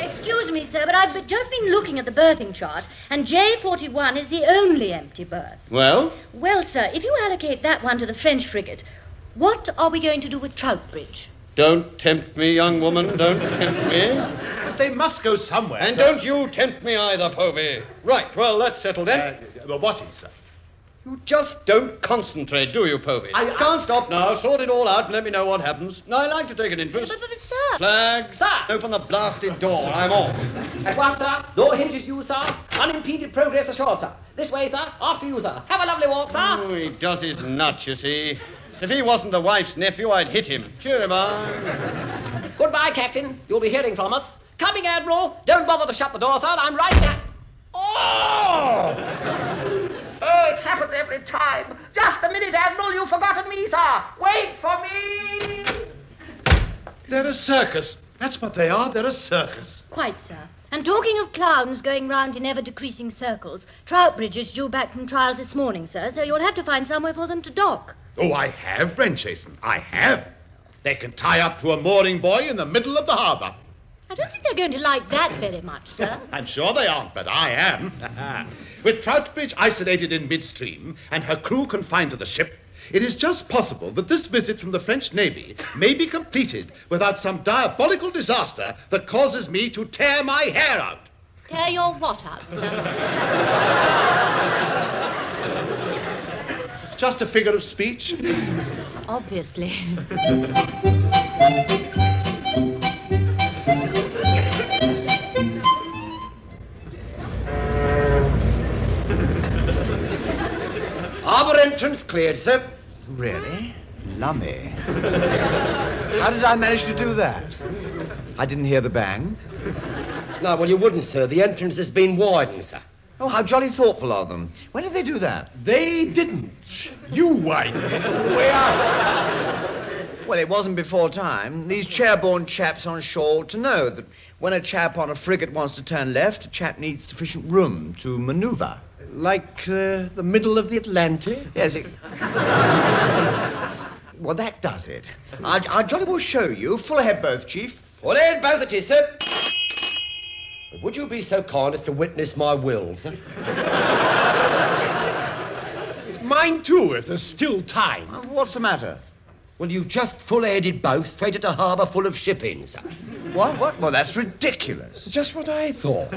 Excuse me, sir, but I've be- just been looking at the birthing chart, and J41 is the only empty berth. Well? Well, sir, if you allocate that one to the French frigate, what are we going to do with Troutbridge? Don't tempt me, young woman. Don't tempt me. But they must go somewhere. And sir. don't you tempt me either, Povey. Right, well, that's settled then. Uh, well, what is, sir? You just don't concentrate, do you, Povey? I- I- can't stop now. Sort it all out and let me know what happens. Now, I like to take an interest. But, but, but, sir. Flags, Sir. open the blasted door. I'm off. At once, sir. Door hinges you, sir. Unimpeded progress assured, sir. This way, sir. After you, sir. Have a lovely walk, Ah! sir. Oh, he does his nut, you see. If he wasn't the wife's nephew, I'd hit him. Cheer him on. Goodbye, Captain. You'll be hearing from us. Coming, Admiral. Don't bother to shut the door, sir. I'm right here. Oh! oh, it happens every time. Just a minute, Admiral. You've forgotten me, sir. Wait for me. They're a circus. That's what they are. They're a circus. Quite, sir. And talking of clowns going round in ever decreasing circles, Troutbridge is due back from trials this morning, sir, so you'll have to find somewhere for them to dock. Oh, I have, Renchason. I have. They can tie up to a mooring buoy in the middle of the harbour. I don't think they're going to like that very much, sir. I'm sure they aren't, but I am. With Troutbridge isolated in midstream and her crew confined to the ship, it is just possible that this visit from the French Navy may be completed without some diabolical disaster that causes me to tear my hair out. Tear your what out, sir? It's just a figure of speech. Obviously. Harbour entrance cleared, sir. Really? Lummy. How did I manage to do that? I didn't hear the bang. No, well, you wouldn't, sir. The entrance has been widened, sir. Oh, how jolly thoughtful of them. When did they do that? They didn't. You widened it. Way out. Well, it wasn't before time. These chairborne chaps on shore ought to know that when a chap on a frigate wants to turn left, a chap needs sufficient room to maneuver. Like uh, the middle of the Atlantic? Yes, it. well, that does it. I, I jolly well show you. Full ahead, both, Chief. Well, then, both of you, sir. But Would you be so kind as to witness my will, sir? Mine too, if there's still time. Uh, What's the matter? Well, you've just full-headed both straight at a harbour full of shipping, sir. What? What? Well, that's ridiculous. Just what I thought.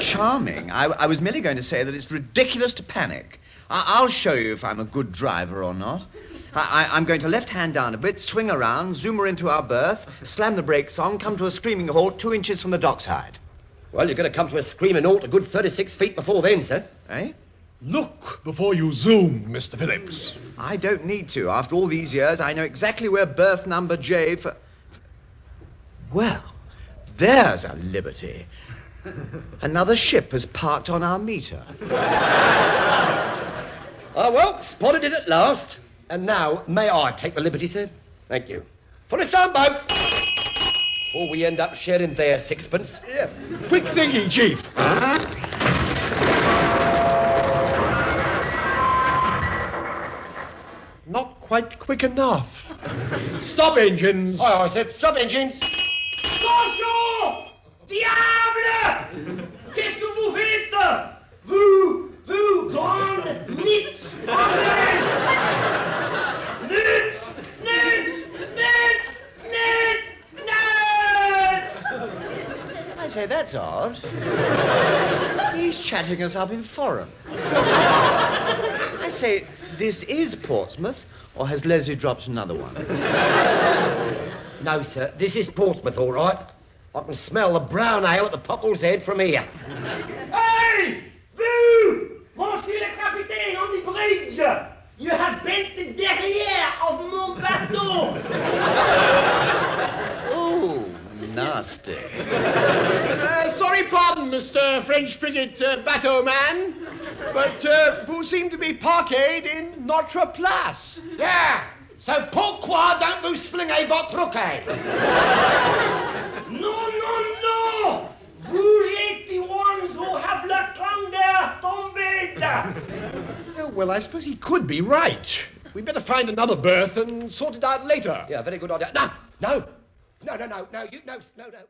Charming. I, I was merely going to say that it's ridiculous to panic. I, I'll show you if I'm a good driver or not. I, I, I'm going to left hand down a bit, swing around, zoom her into our berth, slam the brakes on, come to a screaming halt two inches from the dockside. Well, you're going to come to a screaming halt a good 36 feet before then, sir. Eh? Look before you zoom, Mr. Phillips. I don't need to. After all these years, I know exactly where berth number J for. Well, there's a liberty. Another ship has parked on our meter. Oh, well, spotted it at last. And now, may I take the liberty, sir? Thank you. Full a stone boat. Before we end up sharing their sixpence. Quick thinking, Chief. Not quite quick enough. Stop engines. Aye, aye, sir. Stop engines. Bonjour Diable Qu'est-ce que vous faites Vous, vous, grande nits anglaise Nuts Nuts Nuts Nuts Nuts I say, that's odd. He's chatting us up in foreign. I say, this is Portsmouth, or has Leslie dropped another one? No, sir. This is Portsmouth, all right. I can smell the brown ale at the Popple's Head from here. Hey Vous Monsieur le capitaine on the bridge You have bent the derrière of mon bateau Oh, nasty. Uh, sorry, pardon, Mr. French frigate uh, bateau man, but uh, who seem to be parked in Notre Place. Yeah. So pourquoi don't vous slingez votre bouquet? Non, non, non Vous êtes the ones who have la grandeur tombée Oh, well, I suppose he could be right. We better find another berth and sort it out later. Yeah, very good idea. No, no. No, no, no, no, you, no, no, no.